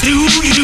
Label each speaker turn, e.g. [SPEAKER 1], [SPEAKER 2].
[SPEAKER 1] do you